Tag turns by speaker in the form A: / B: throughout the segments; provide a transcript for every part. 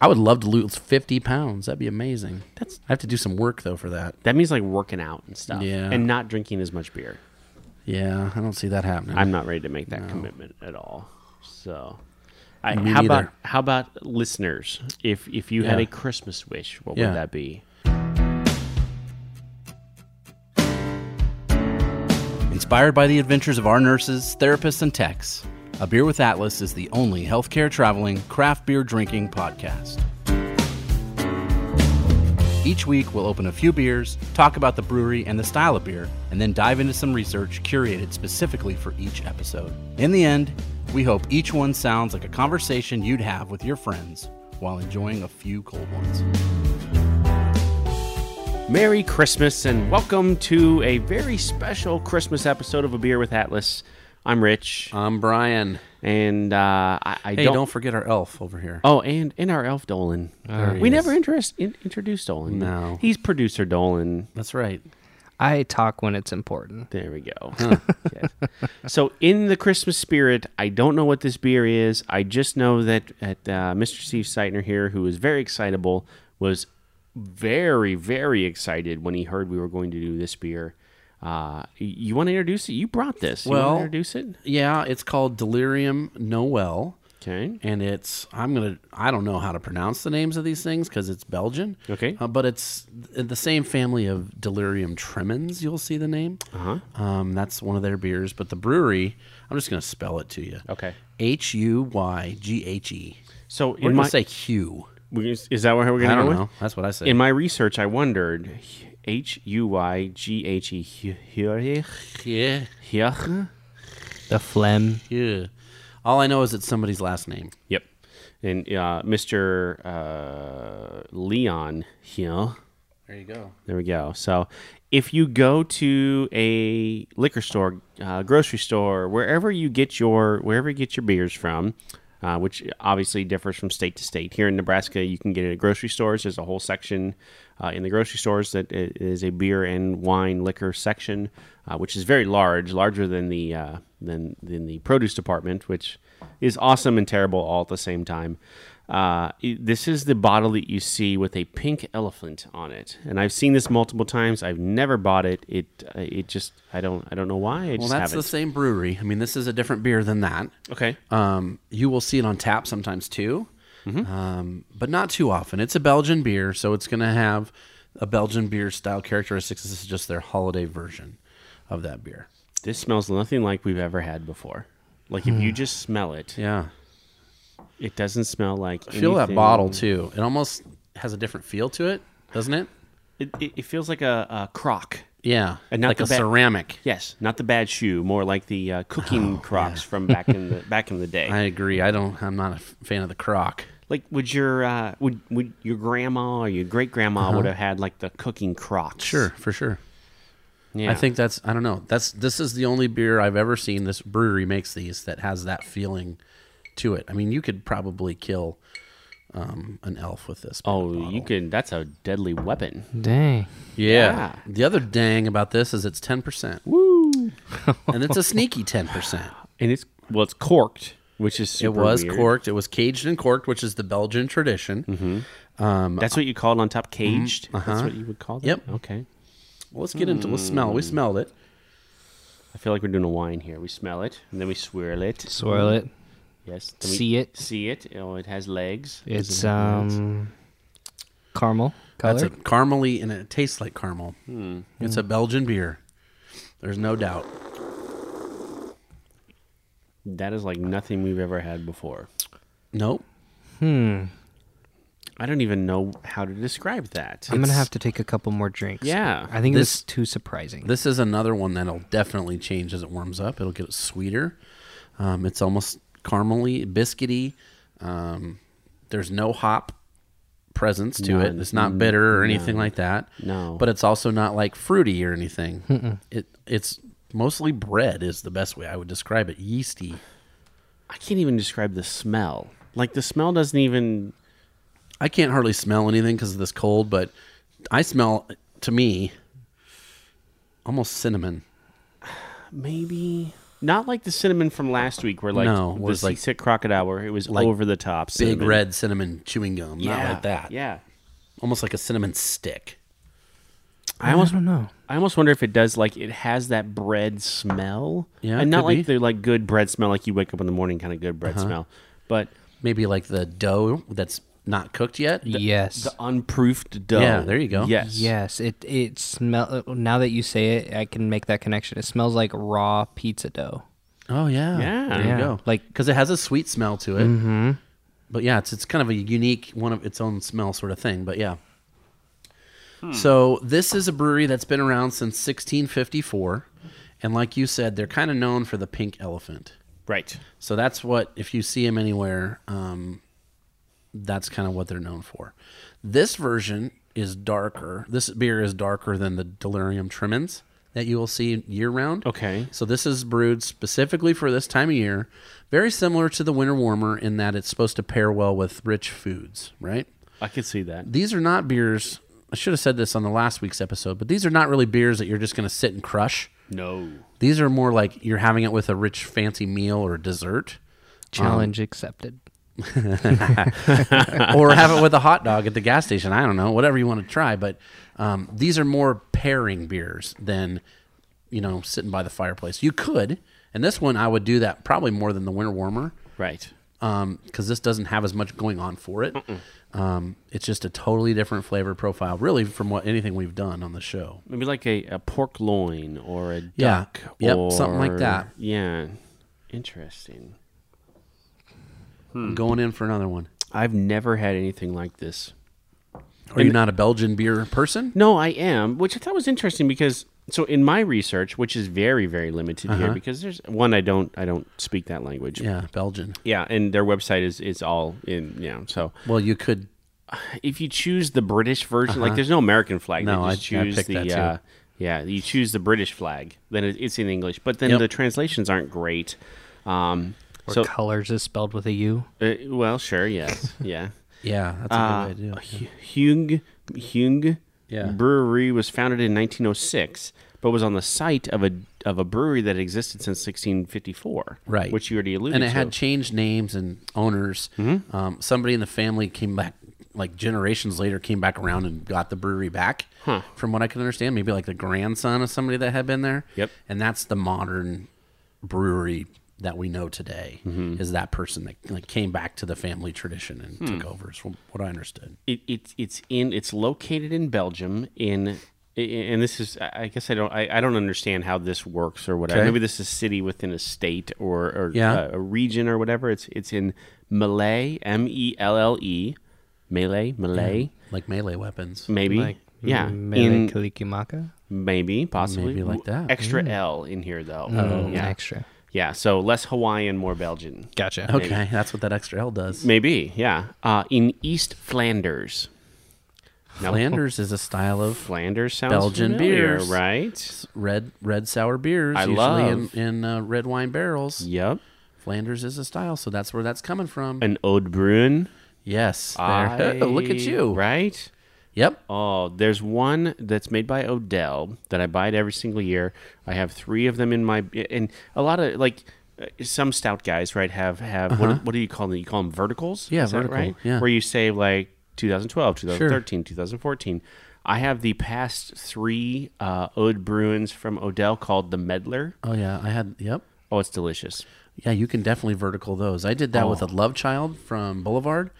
A: I would love to lose 50 pounds. That'd be amazing.
B: That's-
A: I have to do some work though for that.
B: That means like working out and stuff.
A: Yeah.
B: And not drinking as much beer.
A: Yeah, I don't see that happening.
B: I'm not ready to make that commitment at all. So, I,
A: Me
B: how about
A: neither.
B: how about listeners? If if you had
A: Yeah.
B: a Christmas wish, what
A: Yeah.
B: would that be?
C: Inspired by the adventures of our nurses, therapists, and techs, A Beer with Atlas is the only healthcare traveling, craft beer drinking podcast. Each week, we'll open a few beers, talk about the brewery and the style of beer, and then dive into some research curated specifically for each episode. In the end, we hope each one sounds like a conversation you'd have with your friends while enjoying a few cold ones.
B: Merry Christmas and welcome to a very special Christmas episode of A Beer with Atlas. I'm Rich,
A: I'm Brian.
B: and uh, I, I
A: Hey,
B: don't.
A: don't, forget our elf over here.
B: Oh, and and our elf Dolan.
A: he
B: we
A: is.
B: never interest, in, introduced Dolan.
A: No.
B: he's producer Dolan.
C: That's right.
D: I talk when it's important.
B: There we go. Yes. So, in the Christmas spirit, I don't know what this beer is. I just know that at uh, Mr. Steve Seitner here, who is very excitable, was very, very excited when he heard we were going to do this beer. Uh, y- you want to introduce it? You brought this. you
A: Well-
B: want to introduce it?
A: Yeah, it's called Delirium Noel.
B: Okay.
A: and it's I'm gonna I don't know how to pronounce the names of these things because it's Belgian.
B: Okay.
A: uh, but it's th- the same family of Delirium Tremens. You'll see the name. Uh
B: Uh-huh.
A: huh. Um, that's one of their beers, but the brewery I'm just gonna spell it to you.
B: Okay.
A: H U Y G H E.
B: So,
A: We're
B: in
A: gonna
B: my
A: say Hugh.
B: we- is that what we're going
A: I
B: to go
A: don't
B: with?
A: know. That's what I said.
B: In my research, I wondered H U Y G H E Hurich
A: yeah,
B: Hurich.
D: The phlegm.
A: yeah. All I know is it's somebody's last name.
B: Yep. And uh, Mr. Uh, Leon Hill.
A: There you go.
B: There we go. So if you go to a liquor store, uh, grocery store, wherever you get your wherever you get your beers from, uh, which obviously differs from state to state. Here in Nebraska, you can get it at grocery stores. There's a whole section uh, in the grocery stores that i- is a beer and wine liquor section, uh, which is very large, larger than the uh, than than the produce department, which is awesome and terrible all at the same time. Uh, i- this is the bottle that you see with a pink elephant on it, and I've seen this multiple times. I've never bought it. It uh, it just I don't I don't know why. I
A: Well,
B: just
A: that's the
B: haven't.
A: same brewery. I mean, this is a different beer than that.
B: okay.
A: Um, you will see it on tap sometimes too,
B: Mm-hmm.
A: um, but not too often. It's a Belgian beer, so it's going to have a Belgian beer style characteristics. This is just their holiday version of that beer.
B: This smells nothing like we've ever had before. Like if
A: Hmm.
B: you just smell it,
A: Yeah,
B: it doesn't smell like.
A: feel that
B: anything.
A: bottle too. It almost has a different feel to it, doesn't it?
B: It, it, it feels like a, a crock.
A: Yeah,
B: And not
A: like
B: the
A: a
B: ba-
A: ceramic.
B: Yes, not the bad shoe, more like the uh, cooking crocks from back in the back in the day.
A: Oh, I agree. I don't. I'm not a f- fan of the crock.
B: Like, would your uh, would would your grandma or your great grandma would have had like the cooking crocks?
A: Uh-huh. Sure, for sure.
B: Yeah.
A: I think that's I don't know. That's this is the only beer I've ever seen this brewery makes these that has that feeling to it. I mean, you could probably kill um, an elf with this.
B: Oh, you can. That's a deadly weapon.
D: Dang.
A: yeah.
B: yeah.
A: The other dang about this is it's ten percent. and it's a sneaky ten percent.
B: And it's well, it's corked, which is
A: It
B: super
A: was
B: weird. Mm-hmm.
A: corked. It was caged and corked, which is the Belgian tradition.
B: That's what you called on top, caged. That's what you would call that.
A: Mm-hmm. Uh-huh. Yep.
B: Okay.
A: Well, let's get into let's smell. We smelled it.
B: I feel like we're doing a wine here. We smell it, and then we swirl it.
D: Swirl it.
B: Yes. then we
D: See it.
B: See it. Oh, it has legs.
D: It's um caramel color.
A: That's a caramely and it tastes like caramel.
B: Hmm.
A: It's a Belgian beer. There's no doubt. uh,
B: That is like nothing we've ever had before.
A: Nope.
B: I don't even know how to describe that.
D: I'm gonna have to take a couple more drinks.
B: Yeah.
D: I think this
A: This-
D: is too surprising.
A: This is another one that'll definitely change as it warms up. It'll get sweeter. Um, it's almost caramely, biscuity. Um, there's no hop presence to it.
B: None.
A: It's not bitter or anything like that.
B: No.
A: but it's also not like fruity or anything. It it's mostly bread is the best way I would describe it. Yeasty.
B: I can't even describe the smell. Like the smell doesn't even.
A: I can't hardly smell anything because of this cold, but I smell to me almost cinnamon.
B: Maybe not like the cinnamon from last week, where like
A: No, it
B: the
A: was, like,
B: sick crocodile, where it was
A: like,
B: over the top,
A: Big
B: cinnamon.
A: red cinnamon chewing gum,
B: yeah,
A: not like that.
B: Yeah,
A: almost like a cinnamon stick.
B: I almost
D: don't know.
B: I almost wonder if it does like it has that bread smell.
A: Yeah,
B: and
A: it
B: not
A: could
B: like
A: be. Uh-huh.
B: the like good bread smell, like you wake up in the morning kind of good bread smell, but
A: Maybe like the dough that's not cooked yet.
D: yes.
B: the unproofed dough.
A: Yeah, there you go.
B: Yes,
D: yes. It it smell. Now that you say it, I can make that connection. It smells like raw pizza dough.
B: Um,
A: Oh yeah,
B: Yeah.
A: There
B: Yeah. Mm-hmm.
A: you go. Like
D: Like-
A: because it has a sweet smell to it. But yeah, it's it's kind of a unique one of its own smell sort of thing. But yeah.
B: Hmm.
A: So this is a brewery that's been around since 1654, and like you said, they're kind of known for the pink elephant.
B: right.
A: So that's what if you see them anywhere, um, that's kind of what they're known for. This version is darker. This beer is darker than the Delirium Tremens that you will see year round.
B: Okay.
A: So this is brewed specifically for this time of year. Very similar to the Winter Warmer in that it's supposed to pair well with rich foods, right?
B: I could see that.
A: These are not beers. I should have said this on the last week's episode, but these are not really beers that you're just going to sit and crush.
B: No.
A: These are more like you're having it with a rich, fancy meal or dessert.
D: Challenge accepted.
A: or have it with a hot dog at the gas station. I don't know, whatever you want to try. But um, these are more pairing beers than you know sitting by the fireplace. You could, and this one I would do that probably more than the winter warmer
B: Right.
A: because this doesn't have as much going on for it. Um, it's just a totally different flavor profile, really, from what anything we've done on the show.
B: Maybe like a, a pork loin or a
A: Yeah.
B: duck.
A: Yep,
B: Or,
A: something like that.
B: Yeah. Interesting.
A: Going in for another one.
B: I've never had anything like this.
A: Are you not a Belgian beer person?
B: No, I am, which I thought was interesting because so in my research, which is very very limited here because there's one I don't I don't speak that language.
A: Uh-huh. Yeah, Belgian.
B: Yeah, and their website is is all in yeah. So
A: Well, you could.
B: if you choose the British version, like there's no American flag.
A: Uh-huh. No,
B: you
A: I-
B: just
A: I
B: choose
A: picked
B: the
A: that too.
B: uh, yeah. You choose the British flag, then it, it's in English. But then
A: Yep.
B: the translations aren't great. Um,
D: Or
B: so
D: colors is spelled with a U.
B: uh, well, sure, yes, yeah.
A: Yeah, that's a good
B: Uh,
A: way to do it.
B: Hu- Hung Hung
A: Yeah.
B: Brewery was founded in 1906, but was on the site of a of a brewery that existed since 1654.
A: Right.
B: which you already alluded
A: and
B: to.
A: it had changed names and owners.
B: Mm-hmm.
A: Um, somebody in the family came back, like generations later, came back around and got the brewery back. From what I can understand, maybe like the grandson of somebody that had been there.
B: Yep.
A: And that's the modern brewery that we know today.
B: Mm-hmm.
A: Is that person that like came back to the family tradition and
B: Hmm.
A: took over? Is from what I understood.
B: it, it it's in it's located in Belgium in and this is I I guess I don't I, I don't understand how this works or whatever.
A: Okay.
B: Maybe this is a city within a state or or
A: Yeah.
B: uh, a region or whatever. It's it's in Malay M E L L E Malay Malay
A: Like melee weapons.
B: maybe yeah
D: Mele
B: in Mm,
D: Kalikimaka.
B: maybe possibly
A: Maybe like that. Mm. Oh,
B: extra L in here though Um, yeah
D: Oh, Extra.
B: yeah so less Hawaiian more Belgian
D: Gotcha.
A: Okay, that's what that extra L does.
B: maybe yeah uh, in East Flanders
A: Flanders is a style of
B: Flanders sounds
A: Belgian
B: familiar,
A: beers.
B: right
A: red red sour beers
B: I
A: usually
B: love-
A: in, in uh, red wine barrels.
B: Yep.
A: Flanders is a style, so that's where that's coming from.
B: An Ode Bruin.
A: yes. there- Look at you.
B: Right?
A: Yep.
B: Oh, there's one that's made by Odell that I buy it every single year. I have three of them in my and a lot of like uh, some stout guys right have have what, what do you call them? You call them verticals?
A: Uh-huh. Yeah,
B: Is that
A: vertical,
B: right?
A: yeah.
B: Where you say like 2012, 2013, 2014. I have the past three uh, Ode Bruins from Odell called the Meddler.
A: Oh yeah, I had yep.
B: Oh, it's delicious.
A: Yeah, you can definitely vertical those. I did that with a love child from Boulevard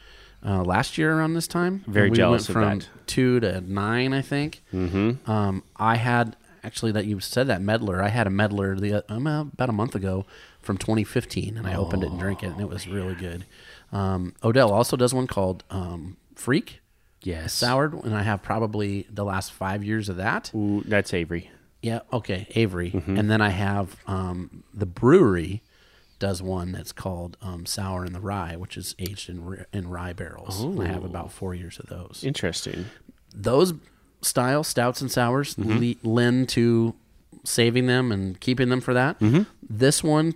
A: uh, last year around this time.
B: Very
A: we
B: jealous of
A: went from
B: that.
A: two to nine, I think. Mm-hmm. Um, I had actually that you said that meddler. I had a meddler the um, about a month ago from 2015, and I opened it and drank it, and it was really good. Um, Odell also does one called um, Freak.
B: Yes.
A: soured, and I have probably the last five years of that.
B: Ooh, that's Avery.
A: Yeah. Okay. Avery. And then I have um, the brewery does one that's called um, Sour in the Rye, which is aged in, ri- in rye barrels. And I have about four years of those.
B: Interesting.
A: Those style stouts and sours le- lend to saving them and keeping them for that. This one,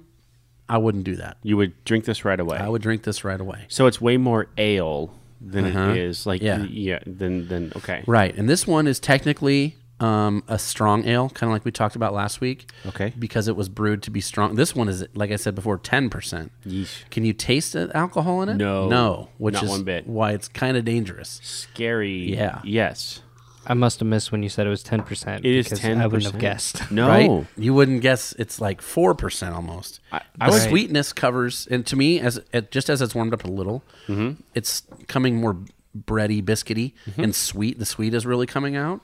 A: I wouldn't do that.
B: You would drink this right away.
A: I would drink this right away.
B: So it's way more ale than it is like yeah,
A: Yeah.
B: yeah than than okay.
A: Right. And this one is technically um, a strong ale, kind of like we talked about last week.
B: Okay.
A: Because it was brewed to be strong. This one is, like I said before, ten percent.
B: Yeesh.
A: Can you taste the alcohol in it?
B: No.
A: no, which
B: Not
A: is
B: one bit.
A: why it's kind of dangerous.
B: Scary.
A: Yeah.
B: Yes.
D: I must have missed when you said it was ten percent.
B: It is ten.
D: I wouldn't have guessed.
B: No.
A: right? You wouldn't guess it's like four percent almost.
B: I- I
A: the
D: was-
A: sweetness covers, and to me, as it, just as it's warmed up a little,
B: Mm-hmm.
A: it's coming more bready, biscuity, and sweet. The sweet is really coming out,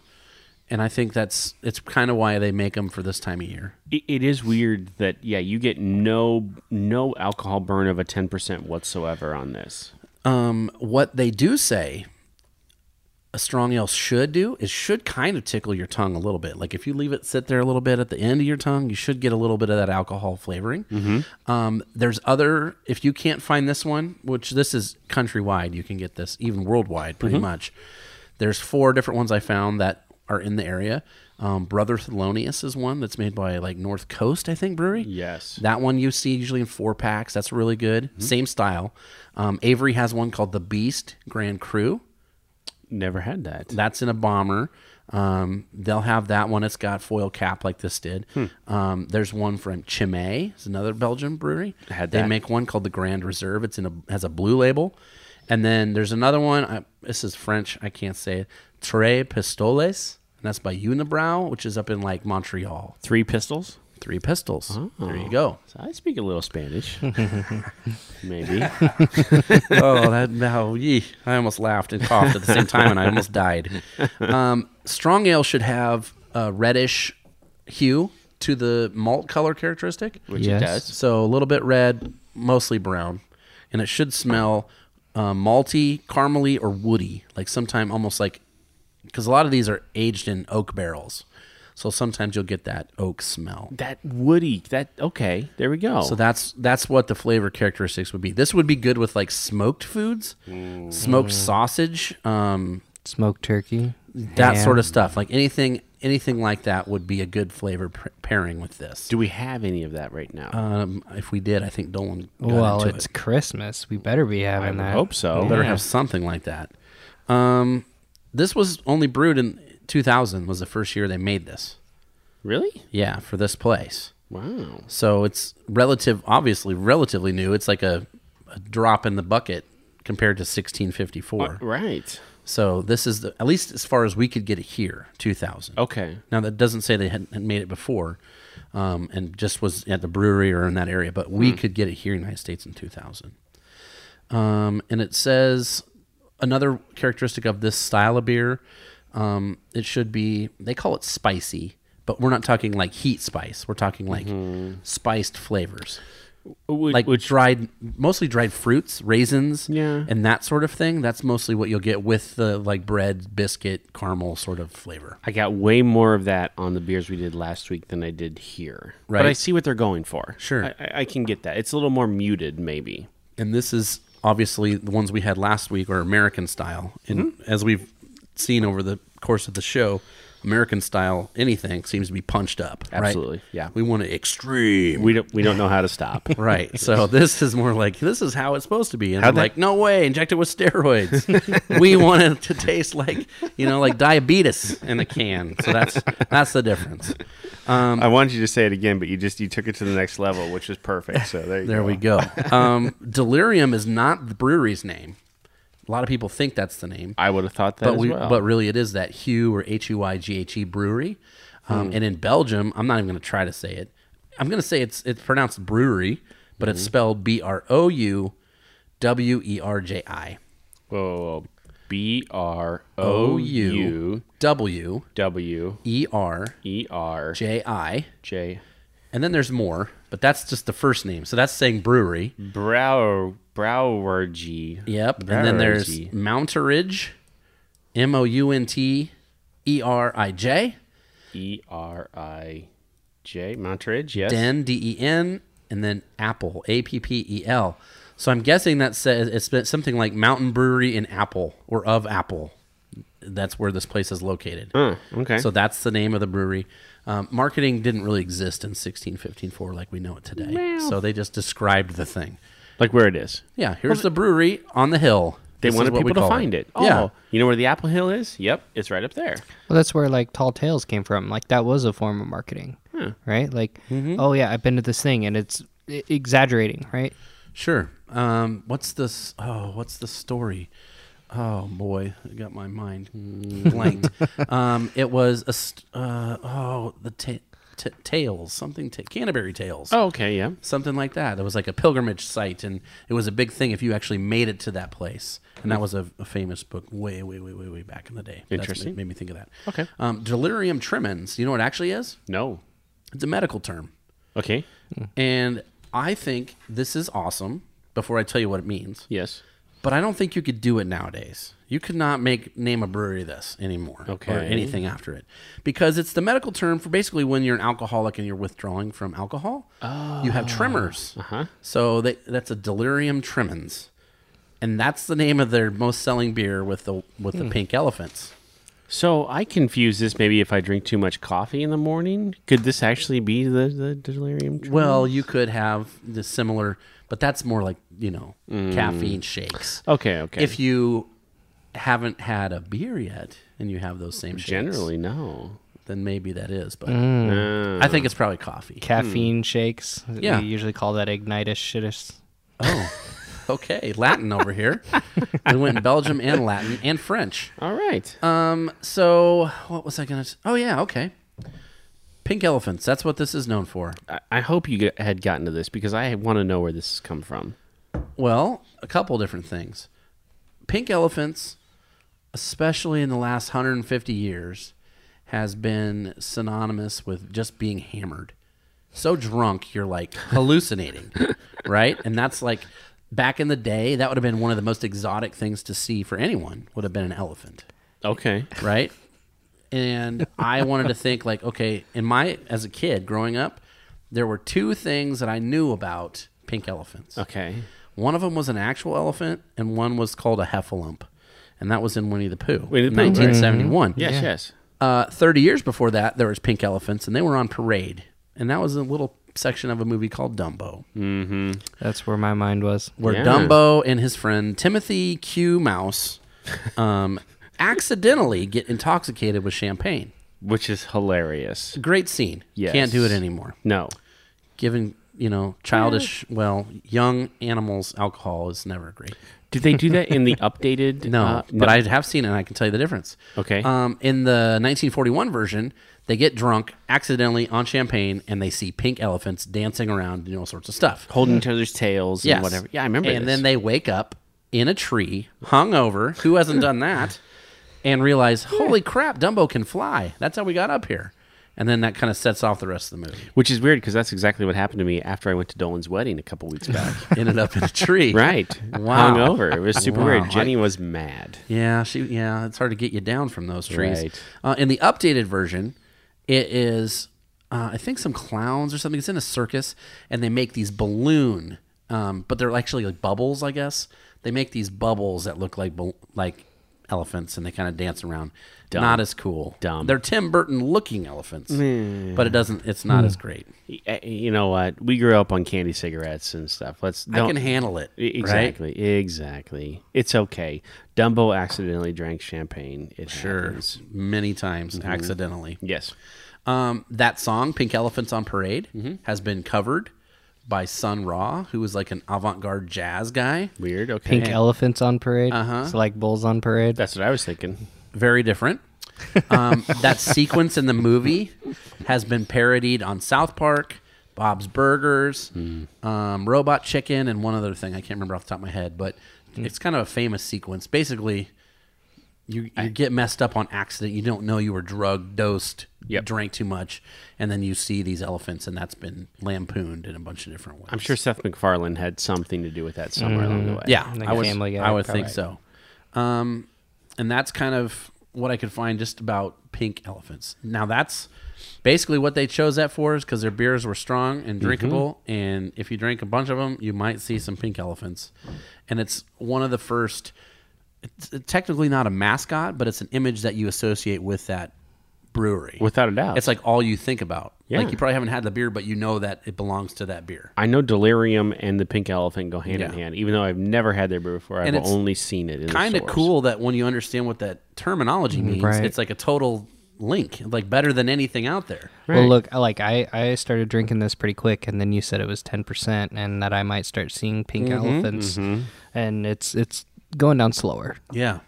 A: and I think that's it's kind of why they make them for this time of year.
B: It, it is weird that yeah you get no no alcohol burn of a ten percent whatsoever on this.
A: Um, what they do say a strong ale should do is should kind of tickle your tongue a little bit. Like if you leave it sit there a little bit at the end of your tongue, you should get a little bit of that alcohol flavoring. Um, there's other if you can't find this one, which this is countrywide, you can get this even worldwide pretty much. There's four different ones I found that are in the area. Um, Brother Thelonious is one that's made by like North Coast, I think, brewery.
B: Yes.
A: That one you see usually in four packs. That's really good.
B: Mm-hmm.
A: Same style. Um, Avery has one called the Beast Grand Cru.
B: Never had that.
A: That's in a bomber. Um, they'll have that one. It's got foil cap like this did.
B: Hmm.
A: Um, there's one from Chimay. It's another Belgian brewery.
B: Had
A: They
B: that.
A: make one called the Grand Reserve. It's in a has a blue label. And then there's another one. I, this is French. I can't say it. Tres Pistoles. And that's by Unibrow, which is up in like Montreal.
B: Three pistols.
A: Three pistols. There
B: Oh.
A: you go.
B: So I speak a little Spanish. Maybe.
A: oh, that now, yee! I almost laughed and coughed at the same time, and I almost died. Um, strong ale should have a reddish hue to the malt color characteristic,
B: Which
D: Yes.
B: it does.
A: so a little bit red, mostly brown, and it should smell uh, malty, caramely, or woody. Like sometime almost like because a lot of these are aged in oak barrels, so sometimes you'll get that oak smell.
B: That woody. That okay. There we go.
A: So that's that's what the flavor characteristics would be. This would be good with like smoked foods, smoked sausage, um,
D: Smoked turkey.
A: that
D: ham.
A: sort of stuff. Like anything anything like that would be a good flavor pr- pairing with this.
B: do we have any of that right now?
A: Um, if we did, I think Dolan got
D: Well,
A: into
D: it's
A: it.
D: Christmas. We better be
B: would
D: having that.
B: hope so.
A: We better
D: Yeah.
A: have something like that. Um, this was only brewed in 2000 was the first year they made this.
B: really?
A: Yeah, for this place.
B: Wow.
A: So it's relative, obviously relatively new. It's like a, a drop in the bucket compared to
B: Uh,
A: 1654.
B: Right.
A: So this is the, at least as far as we could get it here, 2000.
B: Okay.
A: Now that doesn't say they hadn't hadn't made it before, um, and just was at the brewery or in that area, but we could get it here in the United States in 2000. Um, and it says another characteristic of this style of beer, um, it should be they call it spicy, but we're not talking like heat spice. We're talking like spiced flavors
B: Would,
A: like
B: would-
A: dried mostly dried fruits raisins
B: Yeah.
A: and that sort of thing that's mostly what you'll get with the like bread biscuit caramel sort of flavor
B: I got way more of that on the beers we did last week than I did here.
A: Right.
B: But I see what they're going for.
A: Sure.
B: I, I, I can get that. It's a little more muted, maybe.
A: and this is obviously the ones we had last week are american style and as we've seen over the course of the show american style anything seems to be punched up right?
B: Absolutely, yeah.
A: we want to extreme
B: We don't we don't know how to stop.
A: Right, so this is more like this is how it's supposed to be, and
B: How'd
A: they're
B: that-
A: like, no way, inject it with steroids. we want it to taste like you know, like diabetes in a can. So that's that's the difference.
B: Um, I wanted you to say it again, but you just you took it to the next level, which was perfect. So there you
A: There we go. Um, Delirium is not the brewery's name. A lot of people think that's the name,
B: I would have thought that
A: but
B: as
A: we,
B: well.
A: but really it is that Hue or H U I G H E brewery. Um,
B: Hmm.
A: And in Belgium, I'm not even going to try to say it. I'm going to say it's it's pronounced brewery, but
B: Hmm.
A: it's spelled B R O U W E R J I.
B: whoa, whoa, whoa. B R O U
A: W
B: W
A: E R
B: E R
A: J I.
B: J
A: And then there's more, but that's just the first name. So that's saying brewery.
B: Brower Brower G.
A: Yep. And then there's Mounteridge, M O U N T E R I J,
B: E R I J Montridge. Yes.
A: Den, D E N, and then Apple, A P P E L. So I'm guessing that says it's been something like Mountain Brewery in Apple or of Apple. That's where this place is located.
B: Huh, okay.
A: So that's the name of the brewery. Um, marketing didn't really exist in 1654 like we know it today. So they just described the thing.
B: like where it is.
A: Yeah, here's the brewery on the hill.
B: They
A: This is
B: wanted
A: what we
B: people
A: call
B: to find it. Oh,
A: Yeah.
B: you know where the Apple Hill is? Yep, it's right up there.
D: Well, that's where like tall tales came from. Like that was a form of marketing, right? Like, oh yeah, I've been to this thing, and it's e- exaggerating, right?
A: Sure. Um, what's this? Oh, what's the story? Oh boy, I got my mind blanked. um, it was a st- uh, oh the ta- ta- tales something ta- Canterbury Tales.
B: Oh, okay, yeah.
A: Something like that. It was like a pilgrimage site, and it was a big thing if you actually made it to that place. And
B: Hmm.
A: that was a, a famous book way, way, way, way, way back in the day. That's
B: Interesting.
A: ma- made me think of that.
B: Okay.
A: Um, delirium tremens. You know what it actually is?
B: No.
A: It's a medical term.
B: Okay.
A: And I think this is awesome before I tell you what it means.
B: Yes.
A: But I don't think you could do it nowadays. You could not make name a brewery this anymore
B: Okay.
A: or anything after it because it's the medical term for basically when you're an alcoholic and you're withdrawing from alcohol. You have
B: Oh,
A: tremors. Uh-huh. So they, that's a delirium tremens. And that's the name of their most selling beer with the with
B: Hmm.
A: the pink elephants.
B: So I confuse this maybe if I drink too much coffee in the morning. Could this actually be the, the delirium? tremens?
A: Well, you could have the similar, but that's more like, you know, caffeine shakes.
B: okay, Mm. okay.
A: If you haven't had a beer yet and you have those same shakes,
B: Generally, no.
A: then maybe that is. But
B: Uh,
A: I think it's probably coffee.
D: Caffeine shakes.
A: Yeah.
D: we usually call that ignitus shitus.
A: oh, okay, Latin over here. we went Belgium and Latin and French.
B: all right.
A: Um, so what was I gonna? s- Oh yeah, okay. Pink elephants. That's what this is known for.
B: I, I hope you get, had gotten to this because I want to know where this has come from.
A: Well, a couple different things. Pink elephants, especially in the last 150 years, has been synonymous with just being hammered. So drunk, you're like hallucinating, right? And that's like back in the day, that would have been one of the most exotic things to see for anyone, would have been an elephant
B: Okay.
A: right? And I wanted to think like, okay, in my as a kid growing up, there were two things that I knew about pink elephants.
B: Okay.
A: One of them was an actual elephant, and one was called a heffalump, and that was in Winnie the Pooh,
B: Winnie the Pooh, right. Mm-hmm.
A: 1971.
B: Yes, yes.
A: Uh, 30 years before that, there was pink elephants, and they were on parade, and that was a little section of a movie called Dumbo
D: That's where my mind was.
A: where
B: Yeah.
A: Dumbo and his friend Timothy Q. Mouse um, accidentally get intoxicated with champagne.
B: Which is hilarious.
A: Great scene.
B: Yes.
A: Can't do it anymore.
B: No.
A: Giving, you know, childish, well, young animals alcohol is never great.
B: Did they do that in the updated?
A: No,
B: uh,
A: but I have seen it and I can tell you the difference.
B: Okay.
A: Um, in the 1941 version, they get drunk accidentally on champagne and they see pink elephants dancing around and all sorts of stuff.
B: holding each other's tails
A: Yes.
B: and whatever. Yeah, I remember.
A: And
B: this.
A: then they wake up in a tree, hungover. Who hasn't done that? And realize, holy crap, Dumbo can fly. That's how we got up here. And then that kind of sets off the rest of the movie.
B: which is weird because that's exactly what happened to me after I went to Dolan's wedding a couple weeks back.
A: Ended up in a tree.
B: right,
A: Wow.
B: hung over. It was super
A: Wow.
B: weird. Jenny was mad.
A: Yeah, she. Yeah, it's hard to get you down from those trees.
B: Right.
A: Uh, in the updated version, it is, uh, I think, some clowns or something. It's in a circus, and they make these balloon, um, but they're actually like bubbles, I guess. They make these bubbles that look like bal- like elephants, and they kind of dance around. Not as cool.
B: Dumb.
A: They're Tim Burton looking elephants, but it doesn't. It's not as great.
B: Y- uh, You know what? We grew up on candy cigarettes and stuff. Let's
A: I
B: don't
A: can handle it.
B: E-
A: right?
B: exactly, exactly. It's okay. Dumbo accidentally drank champagne. It
A: Sure.
B: happens.
A: Many times
B: Mm-hmm.
A: accidentally.
B: Yes.
A: Um, that song, Pink Elephants on Parade, has been covered by Sun Ra, who was like an avant garde jazz guy.
B: Weird. Okay.
D: Pink elephants on parade. Uh-huh. So like bulls on parade.
B: That's what I was thinking.
A: Very different. Um, that sequence in the movie has been parodied on South Park, Bob's Burgers, um, Robot Chicken, and one other thing. I can't remember off the top of my head, but it's kind of a famous sequence. Basically, you, you get messed up on accident. You don't know you were drugged, dosed,
B: Yep.
A: drank too much, and then you see these elephants, and that's been lampooned in a bunch of different ways.
B: I'm sure Seth MacFarlane had something to do with that somewhere along the way.
A: Mm. Yeah,
D: Like
A: I would,
D: Family Guy,
A: I would think
D: probably.
A: so. Um, and that's kind of what I could find just about pink elephants. Now that's basically what they chose that for is because their beers were strong
D: Mm-hmm.
A: and drinkable, and if you drink a bunch of them, you might see some pink elephants. And it's one of the first. It's technically not a mascot, but it's an image that you associate with that brewery.
B: without a doubt.
A: it's like all you think about.
B: Yeah.
A: Like you probably haven't had the beer, but you know that it belongs to that beer.
B: I know Delirium and the Pink Elephant go hand in
A: Yeah.
B: hand, even though I've never had their beer before. I've
A: And it's
B: only seen it. in the
A: Kind of
B: stores.
A: cool that when you understand what that terminology means,
D: right.
A: it's like a total link, like better than anything out there.
B: Right.
D: Well, look, I- like I, I started drinking this pretty quick, and then you said it was ten percent, and that I might start seeing pink elephants, and it's it's going down slower.
A: Yeah.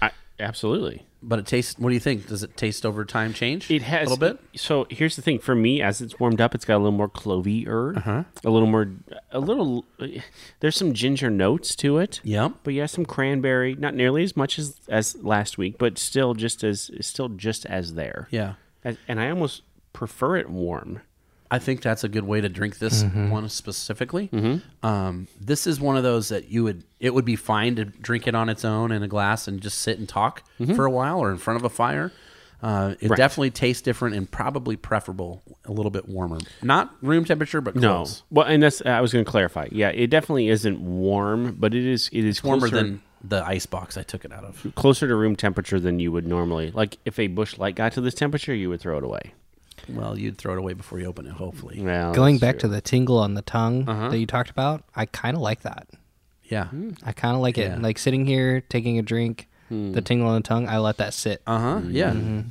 B: I, absolutely.
A: But it tastes, what do you think? Does it taste over time change?
B: It has
A: a little bit.
B: So here's the thing: for me, as it's warmed up, it's got a little more clovey
A: Uh-huh.
B: uh a little more, a little. There's some ginger notes to it.
A: Yep.
B: But yeah, some cranberry, not nearly as much as as last week, but still just as still just as there.
A: Yeah.
B: As, and I almost prefer it warm.
A: I think that's a good way to drink this one specifically.
B: Mm-hmm.
A: Um, this is one of those that you would it would be fine to drink it on its own in a glass and just sit and talk
B: Mm-hmm.
A: for a while or in front of a fire. Uh, it definitely tastes different and probably preferable a little bit warmer. Not room temperature, but
B: No.
A: close.
B: Well, and that's I was going to clarify. Yeah, it definitely isn't warm, but it is it is
A: Warmer
B: closer,
A: than the ice box I took it out of.
B: closer to room temperature than you would normally. Like if a bush light got to this temperature, you would throw it away.
A: Well, you'd throw it away before you open it, hopefully.
B: Well,
D: going
B: that's
D: back
B: true.
D: to the tingle on the tongue
A: Uh-huh.
D: that you talked about, I kind of like that.
A: Yeah.
D: I kind of like it. Like sitting here taking a drink, the tingle on the tongue. I let that sit.
A: Hmm. Uh huh. Yeah.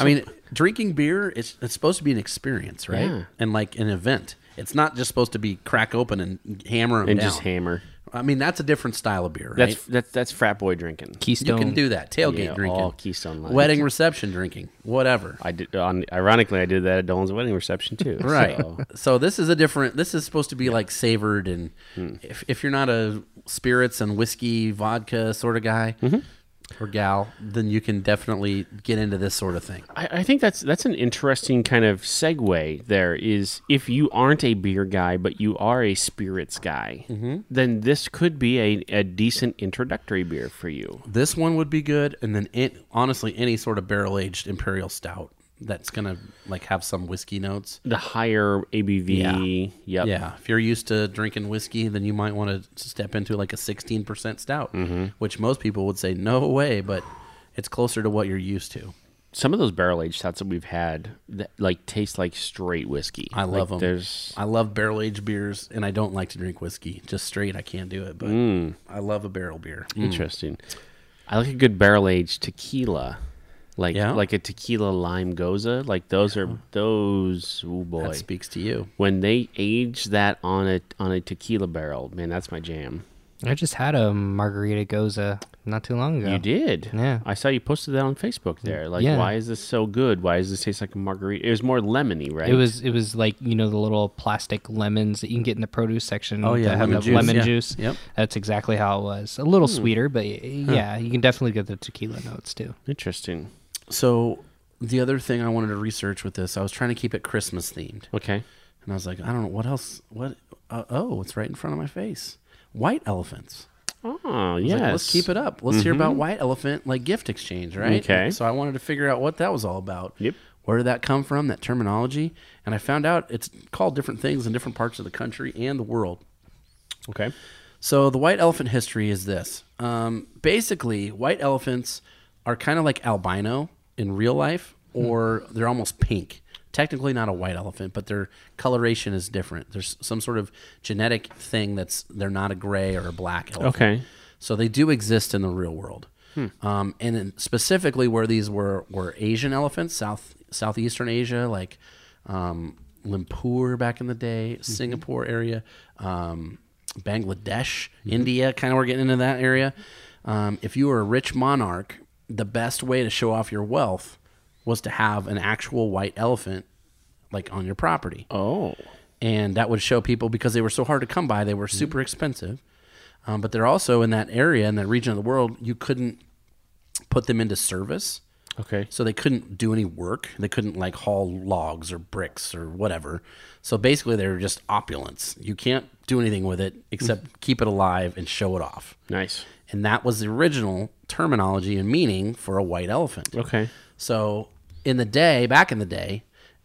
A: I mean, drinking beer it's it's supposed to be an experience, right?
B: Yeah.
A: And like an event. It's not just supposed to be crack open and hammer 'em
B: and
A: down.
B: just hammer.
A: I mean, that's a different style of beer, right?
B: That's that's that's frat boy drinking.
A: you
D: Keystone.
A: can do that. Tailgate
B: Yeah,
A: drinking,
B: all Keystone Light.
A: wedding reception drinking, whatever.
B: I did. On, ironically, I did that at Dolan's wedding reception too.
A: Right.
B: so-
A: So. this is a different. This is supposed to be like savored, and
B: Hmm.
A: if, if you're not a spirits and whiskey, vodka sort of guy
B: Mm-hmm.
A: or gal, then you can definitely get into this sort of thing.
B: I, I think that's that's an interesting kind of segue. There is if you aren't a beer guy, but you are a spirits guy,
A: Mm-hmm.
B: then this could be a, a decent introductory beer for you.
A: This one would be good, and then it, honestly, any sort of barrel aged imperial stout that's gonna like have some whiskey notes.
B: The higher ABV, yep.
A: Yeah, if you're used to drinking whiskey, then you might want to step into like a 16% stout,
B: Mm-hmm.
A: which most people would say no way, but it's closer to what you're used to.
B: Some of those barrel aged shots that we've had that like taste like straight whiskey.
A: I
B: Like,
A: love them.
B: There's
A: I love barrel aged beers, and I don't like to drink whiskey just straight. I can't do it, but
B: Mm.
A: I love a barrel beer.
B: interesting. I like a good barrel aged tequila. Like
A: Yeah?
B: like a tequila lime goza. Like those are those oh boy.
A: That speaks to you.
B: when they age that on a on a tequila barrel, man, that's my jam.
D: I just had a margarita goza not too long ago.
B: You did,
D: Yeah.
B: I saw you posted that on Facebook there. Like,
D: Yeah.
B: why is this so good? Why does this taste like a margarita? It was more lemony, right?
D: It was it was like you know the little plastic lemons that you can get in the produce section.
A: Oh, yeah,
D: that have
A: lemon
D: the
A: juice,
D: lemon
A: yeah.
D: juice.
A: Yep. Hmm.
D: that's exactly how it was. A little sweeter, but y- yeah, you can definitely get the tequila notes too.
B: interesting.
A: So, the other thing I wanted to research with this, I was trying to keep it Christmas themed.
B: Okay,
A: And I was like, I don't know what else. What? Uh, oh, it's right in front of my face. White elephants.
B: oh
A: I was
B: yes, Mm-hmm.
A: like, let's keep it up. Let's hear about White Elephant, like gift exchange, right?
B: Okay.
A: So I wanted to figure out what that was all about.
B: Yep.
A: Where did that come from? That terminology, and I found out it's called different things in different parts of the country and the world.
B: Okay,
A: So the white elephant history is this. Um, basically, white elephants are kind of like albino in real life, or they're almost pink. Technically, not a white elephant, but their coloration is different. There's some sort of genetic thing that's they're not a gray or a black elephant.
B: Okay.
A: So they do exist in the real world. Um, and then specifically where these were were Asian elephants, south southeastern Asia, like um, Limpur back in the day, Singapore area, um, Bangladesh, India, kind of we're getting into that area. Um, if you were a rich monarch, the best way to show off your wealth was to have an actual white elephant like on your property
B: oh,
A: and that would show people because they were so hard to come by they were super expensive um, but they're also in that area in that region of the world you couldn't put them into service
B: okay,
A: so they couldn't do any work they couldn't like haul logs or bricks or whatever so basically they were just opulence you can't do anything with it except keep it alive and show it off
B: nice,
A: and that was the original terminology and meaning for a white elephant
B: okay,
A: so in the day, back in the day,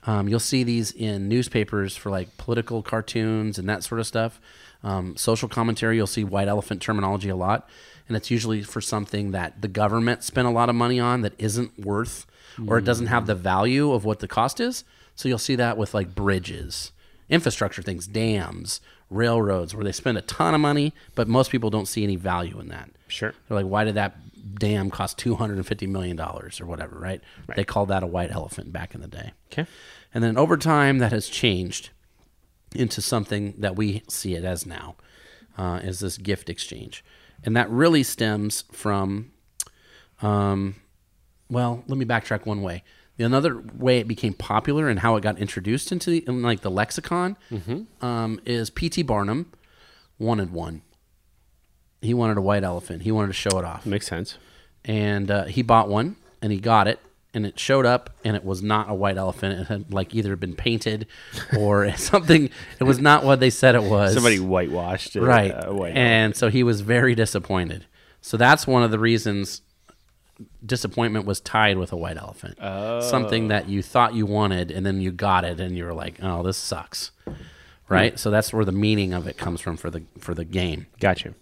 A: um, you'll see these in newspapers for like political cartoons and that sort of stuff. Um, social commentary, you'll see white elephant terminology a lot. and it's usually for something that the government spent a lot of money on that isn't worth or it doesn't have the value of what the cost is. So you'll see that with like bridges, infrastructure things, dams, railroads, where they spend a ton of money, but most people don't see any value in that.
B: Sure.
A: They're like, why did that dam cost $250 million or whatever, right? They called that a white elephant back in the day.
B: Okay.
A: And then over time, that has changed into something that we see it as now, uh, is this gift exchange. And that really stems from, um, well, let me backtrack one way. The Another way it became popular and how it got introduced into the, in like the lexicon um, is P.T. Barnum wanted one. He wanted a white elephant. He wanted to show it off
B: Makes sense.
A: and uh, he bought one and he got it and it showed up and it was not a white elephant it had like either been painted or something it was not what they said it was
B: Somebody whitewashed it.
A: right
B: uh, white.
A: and so he was very disappointed so that's one of the reasons disappointment was tied with a white elephant something that you thought you wanted and then you got it and you were like oh this sucks
B: Hmm.
A: right so that's where the meaning of it comes from for the for the game
B: gotcha.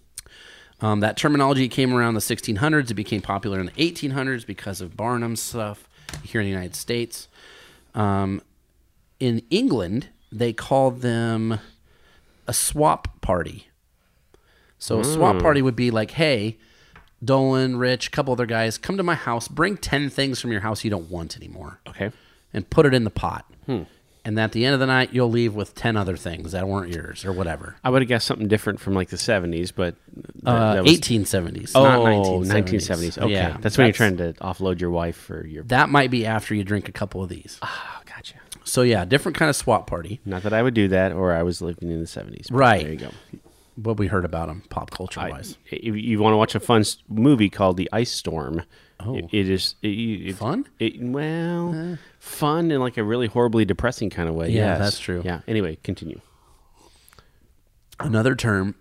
A: um, that terminology came around the 1600s. It became popular in the 1800s because of Barnum's stuff here in the United States. Um, in England, they called them a swap party. So a swap party would be like, hey, Dolan, Rich, a couple other guys, come to my house, bring 10 things from your house you don't want anymore
B: Okay.
A: and put it in the pot. And at the end of the night, you'll leave with 10 other things that weren't yours or whatever.
B: I would have guessed something different from like the 70s, but that,
A: Uh,
B: that was-
A: 1870s,
B: Oh,
A: not
B: 1970s.
A: 1970s.
B: Okay.
A: Yeah,
B: that's, when you're trying to offload your wife or your.
A: That might be after you drink a couple of these.
B: Oh, gotcha.
A: So yeah, different kind of swap party.
B: Not that I would do that, or I was living in the 70s. but
A: Right.
B: There you go.
A: What we heard about them, pop culture
B: I-
A: wise.
B: if you want to watch a fun s- movie called The Ice Storm. Oh. it is. It, it-
A: Fun? Eh.
B: It, well, fun in like a really horribly depressing kind of way.
A: Yeah,
B: yes.
A: that's true.
B: Yeah. Anyway, continue.
A: Another term,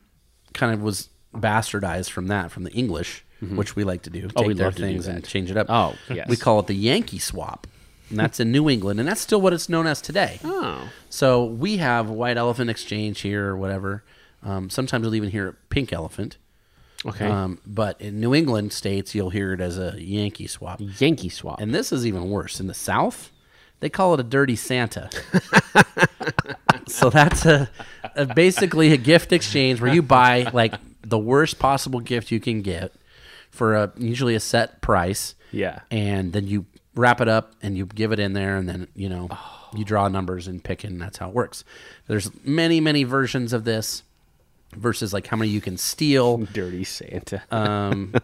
A: kind of was bastardized from that, from the English, which we like to do. Take
B: Mm-hmm. Oh, we
A: their
B: love to do
A: things and
B: that.
A: change it up.
B: Oh, yes.
A: We call it the Yankee swap, and that's in New England, and that's still what it's known as today.
B: Oh.
A: So we have White Elephant Exchange here or whatever. Um, sometimes you'll even hear it Pink Elephant.
B: Okay.
A: Um, but in New England states, you'll hear it as a Yankee swap.
B: Yankee swap.
A: And this is even worse. In the South, they call it a dirty Santa. so that's a, a basically a gift exchange where you buy like the worst possible gift you can get for a usually a set price.
B: Yeah.
A: And then you wrap it up and you give it in there and then, you know, you draw numbers and pick and that's how it works. There's many, many versions of this versus like how many you can steal.
B: Dirty Santa.
A: Um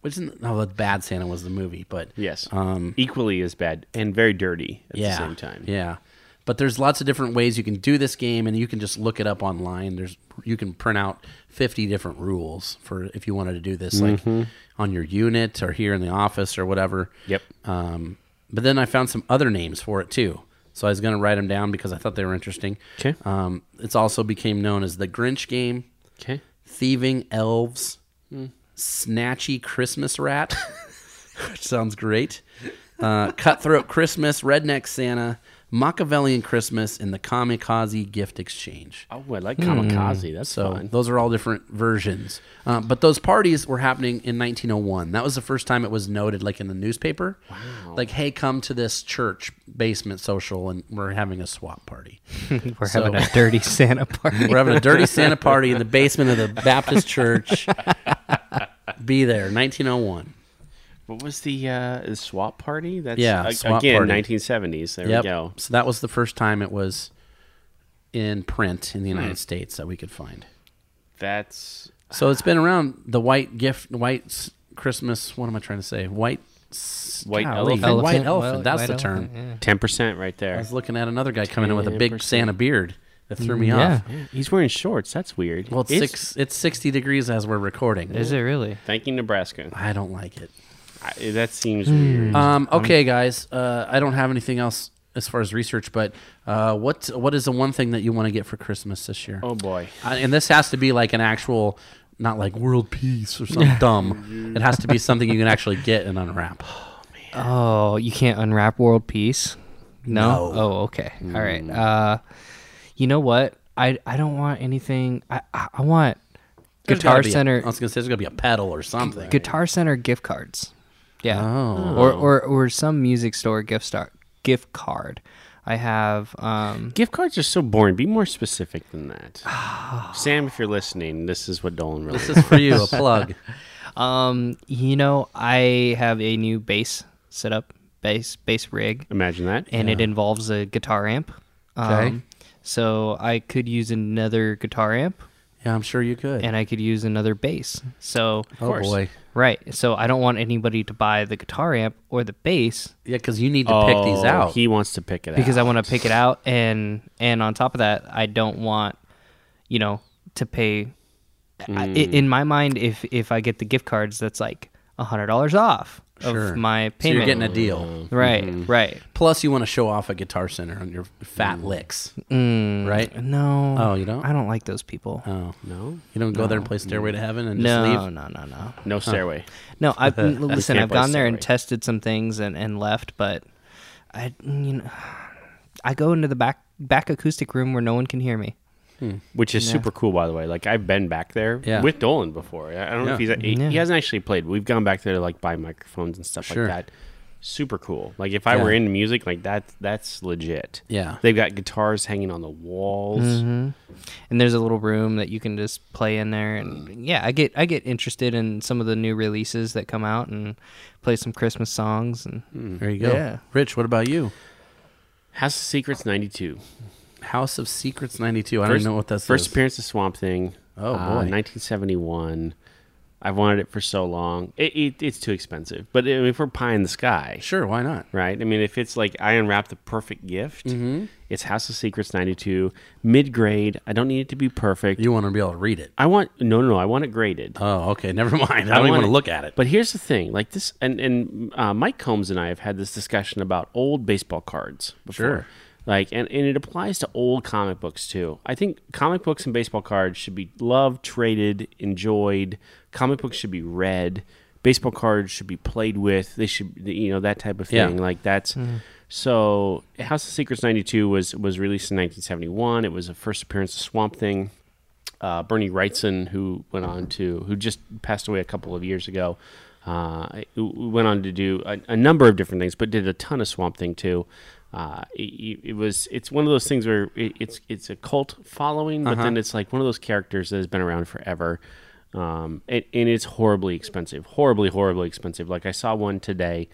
A: which isn't oh the bad Santa was the movie, but
B: yes. Equally as bad and very dirty at the same time.
A: um, Yeah. But there's lots of different ways you can do this game and you can just look it up online. There's you can print out 50 different rules for if you wanted to do this like on your unit or here in the office or whatever.
B: Mm-hmm. Yep.
A: Um, but then I found some other names for it too. So I was going to write them down because I thought they were interesting.
B: 'Kay.
A: Um, it's also became known as the Grinch game,
B: Okay.
A: thieving elves, snatchy Christmas rat, which sounds great. Uh, cutthroat Christmas, redneck Santa, Machiavellian Christmas, and the kamikaze gift exchange.
B: Oh, I like kamikaze. That's
A: Hmm. So
B: fun.
A: those are all different versions. Uh, but those parties were happening in 1901. That was the first time it was noted, like in the newspaper. Wow. Like, hey, come to this church basement social, and we're having a swap party.
D: We're having a dirty Santa party.
A: We're having a dirty Santa party in the basement of the Baptist church. Be there, 1901.
B: What was the uh, swap party? That's
A: Yeah,
B: ag-
A: swap
B: again
A: party.
B: 1970s. There we go.
A: So that was the first time it was in print
B: Hmm.
A: in the United States that we could find.
B: That's
A: So it's been around the white gift, white s- Christmas. What am I trying to say? White, s-
B: White
A: golly,
B: elephant.
A: White
D: Elephant,
A: elephant.
D: well,
A: That's
D: white
A: the term.
D: elephant, yeah.
B: 10% right there.
A: I was looking at another guy coming in with a big
B: 10%.
A: Santa beard that threw me
D: Mm, Yeah.
A: off.
B: Yeah, he's wearing shorts. That's weird.
A: Well, it's, six. It's sixty degrees as we're recording.
D: Is it really?
B: Thank you, Nebraska.
A: I don't like it.
B: I, that seems weird.
A: Um, okay, guys. Uh, I don't have anything else as far as research, but uh, what what is the one thing that you want to get for Christmas this year?
B: oh boy.
A: Uh, and this has to be like an actual, not like world peace or something dumb. It has to be something you can actually get and unwrap.
D: Oh, you can't unwrap world peace? No.
A: No. Mm-hmm.
D: Oh, okay. All right. Uh, you know what? I I don't want anything. I I I want
A: There's
D: Guitar
A: gotta be a-
D: Center-
A: I was gonna say there's gonna be a pedal or something.
D: Guitar Center gift cards. Yeah.
A: Oh.
D: Or, or or some music store gift star gift card. I have um
B: Gift cards are so boring. Be more specific than that. Sam, if you're listening, this is what Dolan really.
A: This is for you, a plug.
D: um you know I have a new bass setup, bass bass rig,
B: Imagine that.
D: and it involves a guitar amp. Um,
A: Okay.
D: So I could use another guitar amp,
A: Yeah, I'm sure you could.
D: and I could use another bass. So
A: oh boy.
D: right. So I don't want anybody to buy the guitar amp or the bass
A: Yeah, because you need to pick these
B: Oh,
A: out.
B: He wants to pick it
D: because I
B: out.
D: want to pick it out and and on top of that I don't want you know to pay I, i-
A: Hmm.
D: in my mind if if I get the gift cards that's like a hundred dollars off
A: Sure.
D: of my
A: so you're
D: payment Mm.
A: getting a deal. Hmm.
D: right right
A: Plus, you want to show off a Guitar Center on your fat
D: Mm.
A: licks, right?
D: no
A: Oh, you don't?
D: I don't like those people
A: Oh,
B: no,
A: you don't go there and play Stairway to Heaven and
D: no
A: just leave.
D: no no no
B: no stairway.
D: no I listen
B: can't
D: I've
B: play
D: gone there and
B: Sorry.
D: tested some things and and left but I you know I go into the back back acoustic room where no one can hear me
B: Which is super cool, by the way. Like I've been back there
A: Yeah.
B: with Dolan before. I I don't know if he's he,
D: Yeah.
B: he hasn't actually played. but We've gone back there to like buy microphones and stuff
A: Sure.
B: like that. Super cool. Like if I
A: Yeah.
B: were into music, like that that's legit.
A: Yeah. Mm-hmm.
B: they've got guitars hanging on the walls.
D: and there's a little room that you can just play in there and yeah i get i get interested in some of the new releases that come out and play some christmas songs and
A: There you go.
D: Yeah.
A: Rich, what about you?
B: House of Secrets '92.
A: House of Secrets '92. I don't even know what that's.
B: First appearance of Swamp Thing.
A: Oh,
B: uh,
A: boy.
B: 1971. I've wanted it for so long. It, it, it's too expensive, but I mean, if we're pie in the sky,
A: Sure, why not?
B: right? I mean, if it's like I unwrap the perfect gift,
A: Mm-hmm.
B: it's House of Secrets 92, mid grade. I don't need it to be perfect.
A: You want to be able to read it.
B: I want no, no, no. I want it graded.
A: Oh, okay. Never mind. I don't even want
B: want
A: to
B: it-
A: look at it.
B: But here's the thing, like this, and and uh, Mike Combs and I have had this discussion about old baseball cards. Before.
A: Sure.
B: Like, and, and it applies to old comic books too. I think comic books and baseball cards should be loved, traded, enjoyed. Comic books should be read. Baseball cards should be played with. They should, you know, that type of
A: Yeah.
B: thing. Like that's so. House of Secrets '92 was was released in 1971. It was the first appearance of Swamp Thing uh, Bernie Wrightson, who went on to who just passed away a couple of years ago, uh, who went on to do a, a number of different things, but did a ton of Swamp Thing too. Uh, it, it was it's one of those things where it, it's it's a cult following, but then it's like one of those characters that has been around forever. Um, and, and it's horribly expensive, horribly, horribly expensive. Like I saw one today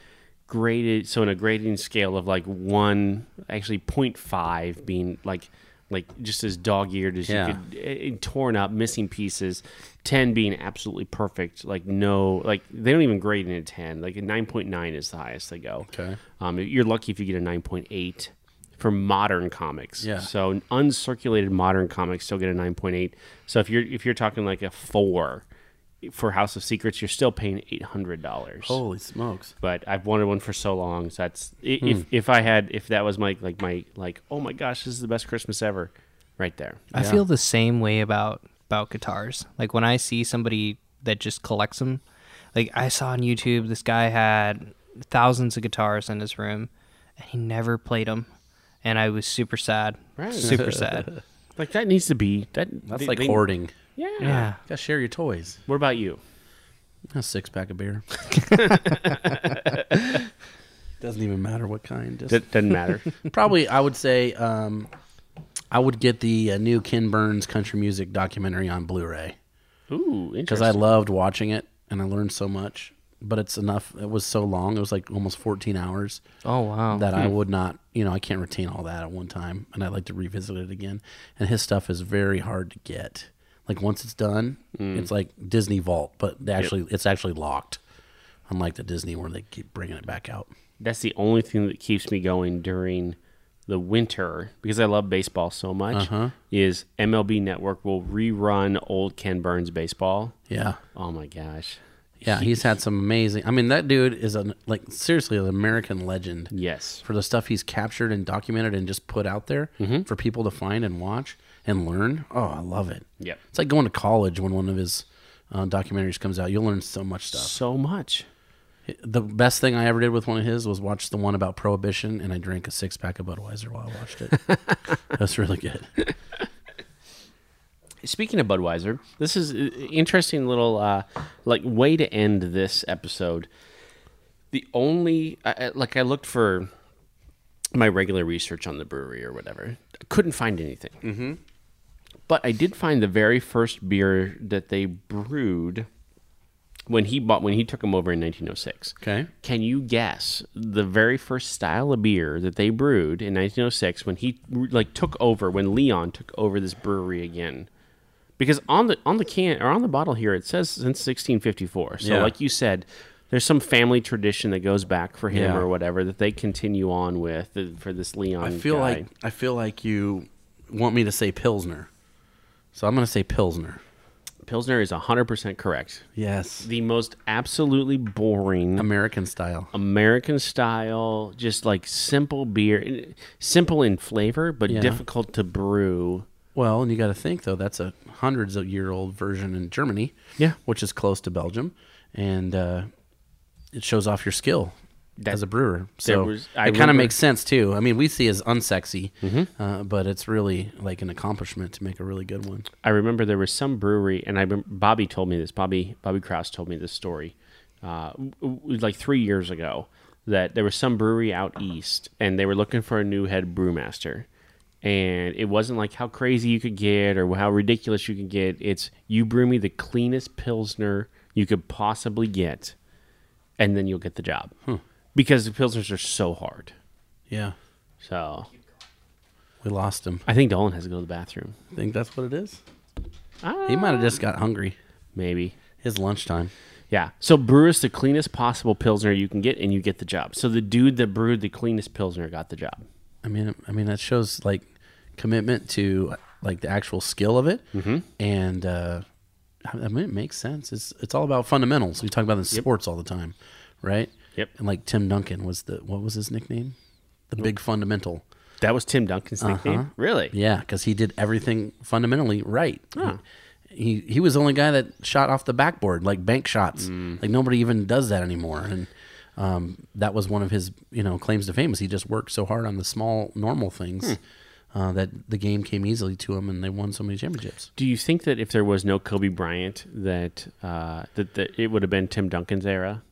B: graded so in a grading scale of like one actually 0.5 being like like just as dog-eared as
A: Yeah.
B: you could eh, eh, torn up missing pieces 10 being absolutely perfect like no like they don't even grade in a 10 like a 9.9 is the highest they go
A: Okay.
B: um, you're lucky if you get a 9.8 for modern comics
A: Yeah.
B: so uncirculated modern comics still get a 9.8 so if you're if you're talking like a 4 for house of secrets you're still paying $800
A: Holy smokes!
B: but I've wanted one for so long. So that's i- if if I had if that was my like my like oh my gosh, this is the best Christmas ever, right there.
D: i feel the same way about about guitars like when i see somebody that just collects them like i saw on youtube this guy had thousands of guitars in his room and he never played them and i was super sad
B: Right.
D: super sad
B: Like that needs to be that.
A: That's
B: they-
A: like
B: they-
A: hoarding.
B: Yeah.
D: yeah
A: Gotta share your toys.
B: What about you?
A: A six pack of beer. Doesn't even matter what kind. Just
B: That doesn't matter.
A: probably, I would say, um, I would get the uh, new Ken Burns country music documentary on Blu-ray
B: Ooh,
A: because
B: interesting.
A: I loved watching it and I learned so much. But it's enough. It was so long. It was like almost 14 hours
D: oh wow
A: that I would not. You know, I can't retain all that at one time, and I like to revisit it again. And his stuff is very hard to get. Like once it's done,
D: Hmm.
A: it's like Disney Vault, but they actually it's actually locked. Unlike the Disney where they keep bringing it back out.
B: That's the only thing that keeps me going during the winter because I love baseball so much. Is MLB Network will rerun old Ken Burns baseball.
A: Yeah.
B: Oh my gosh.
A: Yeah, he's had some amazing. I mean, that dude is an like seriously an American legend
B: Yes.
A: for the stuff he's captured and documented and just put out there for people to find and watch and learn. Oh, I love it.
B: Yep.
A: it's like going to college when one of his uh, documentaries comes out. You'll learn so much stuff.
B: So much.
A: The best thing I ever did with one of his was watch the one about prohibition, and I drank a six pack of Budweiser while I watched it. That's really good.
B: Speaking of Budweiser, this is uh, interesting little uh, like way to end this episode. The only I, I- like I looked for my regular research on the brewery or whatever, couldn't find anything. Mm-hmm. But I did find the very first beer that they brewed when he bought when he took them over in 1906.
A: Okay.
B: Can you guess the very first style of beer that they brewed in 1906 when he like took over when Leon took over this brewery again? Because on the on the can or on the bottle here it says since 1654. So
A: Yeah.
B: like you said, there's some family tradition that goes back for him
A: Yeah.
B: or whatever that they continue on with uh, for this Leon.
A: I feel
B: guy.
A: like I feel like you want me to say Pilsner, so I'm gonna say Pilsner.
B: Pilsner is 100% correct.
A: Yes,
B: The most absolutely boring
A: American style.
B: American style, just like simple beer, simple in flavor, but
A: Yeah.
B: difficult to brew.
A: Well, and you got to think though that's a hundreds of year old version in Germany.
B: Yeah.
A: which is close to Belgium, and uh, it shows off your skill
B: That-
A: as a brewer. So
B: was- I
A: it kind
B: remember- Mm-hmm.
A: of makes sense too. I mean, we see it as unsexy, uh, but it's really like an accomplishment to make a really good one.
B: I remember there was some brewery, and I rem- Bobby told me this. Bobby Bobby Kraus told me this story, uh, w- w- like three years ago, that there was some brewery out east, and they were looking for a new head brewmaster, and it wasn't like how crazy you could get or how ridiculous you could get. It's you brew me the cleanest pilsner you could possibly get, and then you'll get the job, because the pilsners are so hard.
A: Yeah,
B: So
A: we lost him.
B: I think Dolan has to go to the bathroom.
A: I think that's what it is.
B: Ah,
A: He might have just got hungry.
B: maybe.
A: His lunchtime.
B: Yeah. So brew us the cleanest possible pilsner you can get, and you get the job. So the dude that brewed the cleanest pilsner got the job.
A: I mean, I mean that shows like commitment to like the actual skill of it, and uh, I I mean it makes sense. It's it's all about fundamentals. We talk about it in sports all the time, right?
B: Yep.
A: And like Tim Duncan was the what was his nickname? The big fundamental.
B: That was Tim Duncan's nickname. Really?
A: Uh-huh. Yeah, because he did everything fundamentally right. He he was the only guy that shot off the backboard like bank shots.
B: Mm.
A: Like nobody even does that anymore. And um, that was one of his you know claims to fame. Is he just worked so hard on the small normal things
B: Hmm.
A: uh, that the game came easily to him, and they won so many championships.
B: Do you think that if there was no Kobe Bryant, that uh, that, that it would have been Tim Duncan's era?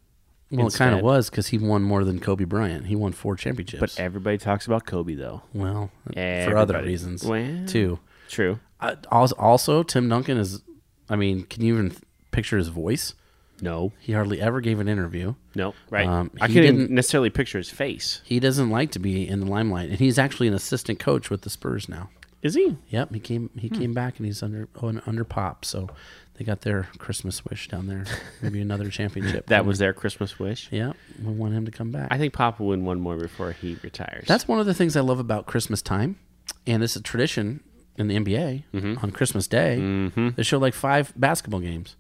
A: Well, it kind
B: Instead-
A: of was because he won more than Kobe Bryant. He won four championships.
B: But everybody talks about Kobe, though.
A: well, for other
B: Everybody-
A: reasons
B: Well.
A: too.
B: True.
A: Uh, als- also, Tim Duncan is. I mean, can you even picture his voice?
B: No.
A: He hardly ever gave an interview.
B: No. Right.
A: Um,
B: I
A: he
B: couldn't
A: didn't-
B: necessarily picture his face.
A: He doesn't like to be in the limelight, and he's actually an assistant coach with the Spurs now. Hmm.
B: Is he?
A: Yep, he came he came back and he's under oh, and under pop, so they got their Christmas wish down there. Maybe another championship.
B: That was their Christmas wish.
A: yeah. We want him to come back.
B: I think Papa would win one more before he retires.
A: That's one of the things I love about Christmas time, and this is a tradition in the NBA. On Christmas Day, they show like five basketball games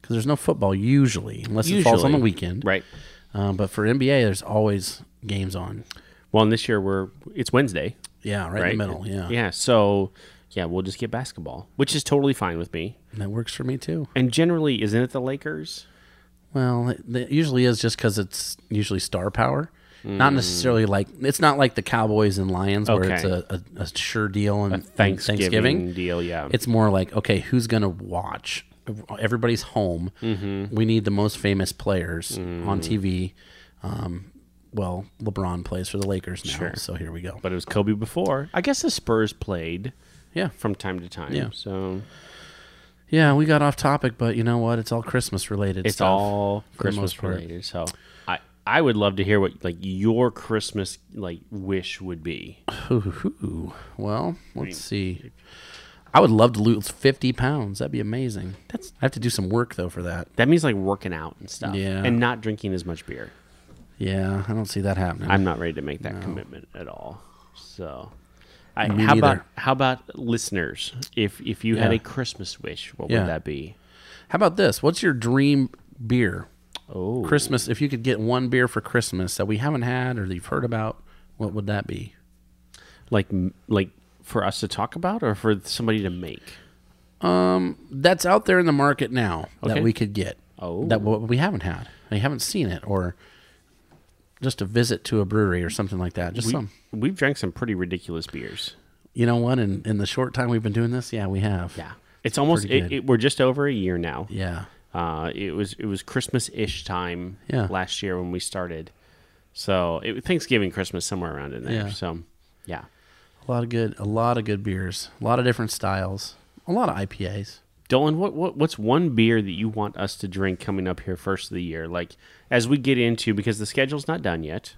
A: because there's no football usually, unless it falls on the
B: Usually.
A: weekend.
B: right.
A: Uh, but for NBA, there's always games on.
B: Well, and this year we're it's Wednesday.
A: Yeah, right, in the middle. Yeah.
B: Yeah. So, yeah, we'll just get basketball, which is totally fine with me.
A: And that works for me too.
B: And generally, isn't it the Lakers?
A: Well, it, it usually is just because it's usually star power.
B: Mm.
A: Not necessarily like it's not like the Cowboys and Lions where it's
B: Okay.
A: a, a, a sure deal and and
B: Thanksgiving,
A: Thanksgiving.
B: deal. Yeah.
A: It's more like okay, who's gonna watch? Everybody's home.
B: Mm-hmm.
A: We need the most famous players
B: Mm.
A: on TV. Um, well, LeBron plays for the Lakers now, so here we go.
B: but it was Kobe before. I guess the Spurs played
A: yeah,
B: from time to time.
A: Yeah.
B: So
A: yeah, we got off topic, but you know what? It's all Christmas related.
B: it's
A: stuff
B: all
A: for the most
B: Christmas
A: part.
B: related. So I I would love to hear what like your Christmas like wish would be.
A: Ooh, well, let's see. I would love to lose 50 pounds. That'd be amazing. That's I have to do some work though for that.
B: That means like working out and stuff.
A: Yeah.
B: And not drinking as much beer.
A: Yeah, I don't see that happening.
B: I'm not ready to make that commitment at all. So, I,
A: Me
B: how about
A: neither.
B: how about listeners? If if you had
A: Yeah.
B: a Christmas wish, what
A: Yeah.
B: would that be?
A: How about this? What's your dream beer?
B: Oh,
A: Christmas, if you could get one beer for Christmas that we haven't had or that you've heard about, what would that be?
B: like like for us to talk about or for somebody to make?
A: That's out there in the market now
B: Okay.
A: that we could get.
B: Oh.
A: That what we haven't had. I haven't seen it or just a visit to a brewery or something like that. Just
B: We,
A: some.
B: We've drank some pretty ridiculous beers.
A: You know what? In in the short time we've been doing this, yeah, we have.
B: Yeah. It's almost
A: Pretty
B: it,
A: good.
B: it, we're just over a year now.
A: Yeah.
B: Uh, it was it was Christmas ish time
A: Yeah.
B: last year when we started. So it was Thanksgiving, Christmas, somewhere around in there.
A: Yeah.
B: So yeah.
A: A lot of good, a lot of good beers, a lot of different styles, a lot of IPAs.
B: Dolan, what, what what's one beer that you want us to drink coming up here first of the year? Like as we get into because the schedule's not done yet,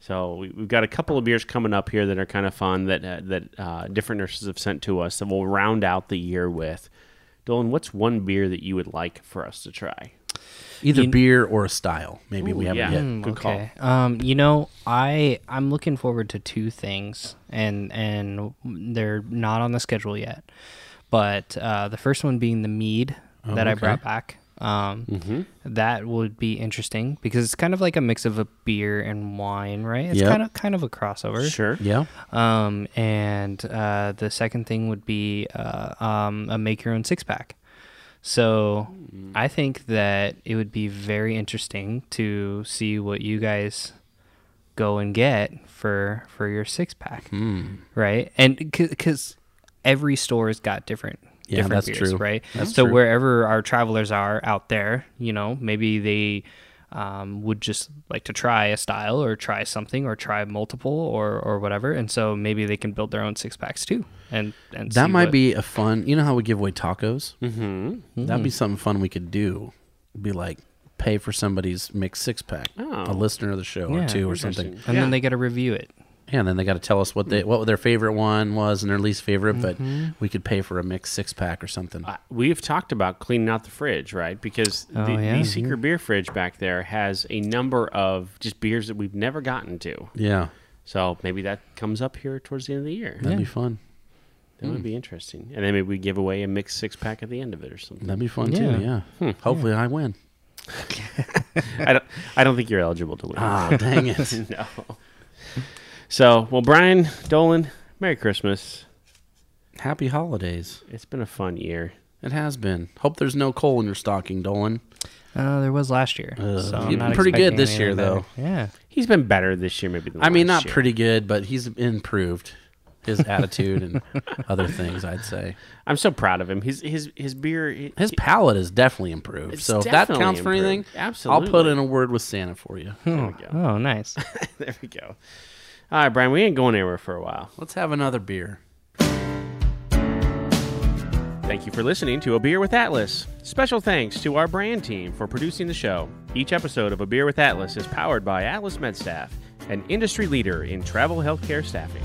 B: so we, we've got a couple of beers coming up here that are kind of fun that uh, that uh, different nurses have sent to us that we'll round out the year with. Dolan, what's one beer that you would like for us to try?
A: Either
D: You-
A: beer or a style. Maybe we
B: Ooh,
A: haven't
B: yeah.
A: yet.
D: Mm,
B: Good call.
D: okay. Um, you know, I I'm looking forward to two things, and and they're not on the schedule yet. But uh, the first one being the mead
B: Oh,
D: that I
A: okay.
D: brought back. Um,
B: Mm-hmm.
D: that would be interesting because it's kind of like a mix of a beer and wine, right? It's
A: Yep.
D: kind of kind of a crossover.
B: Sure.
A: Yeah.
D: Um, and uh, the second thing would be uh, um, a make your own six pack. So
A: Hmm.
D: I think that it would be very interesting to see what you guys go and get for for your six pack,
A: Hmm.
D: right? And because every store's got different.
A: Yeah,
D: different
A: that's
D: beers,
A: true.
D: Right.
A: That's
D: so
A: true.
D: wherever our travelers are out there, you know, maybe they um, would just like to try a style or try something or try multiple or or whatever, and so maybe they can build their own six packs too. And and
A: That
D: see
A: might
D: what-
A: be a fun. You know how we give away tacos? Mm-hmm. That'd be something fun we could do. Be like pay for somebody's mixed six pack,
B: Oh.
A: a listener of the show
D: Yeah.
A: or two or something.
D: and then they got to review it.
A: Yeah, and then they got to tell us what they what their favorite one was and their least favorite. But we could pay for a mixed six pack or something.
B: Uh, we've talked about cleaning out the fridge, right? Because the,
D: Oh, yeah.
B: the secret beer fridge back there has a number of just beers that we've never gotten to.
A: yeah,
B: So maybe that comes up here towards the end of the year.
A: that'd be fun.
B: That would be interesting. And then maybe we give away a mixed six pack at the end of it or something.
A: That'd be fun
D: Yeah.
A: too. Yeah. Hopefully, I win.
B: I don't I don't think you're eligible to win.
A: Ah, dang it.
B: No. So, well, Brian, Dolan, Merry Christmas.
A: Happy holidays.
B: It's been a fun year.
A: It has been. Hope there's no coal in your stocking, Dolan.
D: Uh, there was last year.
A: Ugh.
D: so
A: You've
D: I'm
A: been
D: not
A: pretty good
D: expecting
A: this
D: anything
A: year, though.
D: better. Yeah.
B: He's been better this year, maybe. Than
A: I mean,
B: last
A: not
B: year.
A: pretty good, but he's improved his attitude and other things. I'd say
B: I'm so proud of him. His his his beer. he-
A: his palate is definitely improved.
B: It's
A: so if that
B: definitely
A: counts for
B: improved.
A: anything, I'll put
B: Absolutely.
A: in a word with Santa for you.
B: there we go.
D: Oh, nice.
B: There we go. All right, Brian, we ain't going anywhere for a while.
A: Let's have another beer.
B: Thank you for listening to A Beer with Atlas. Special thanks to our brand team for producing the show. Each episode of A Beer with Atlas is powered by Atlas MedStaff, an industry leader in travel healthcare staffing.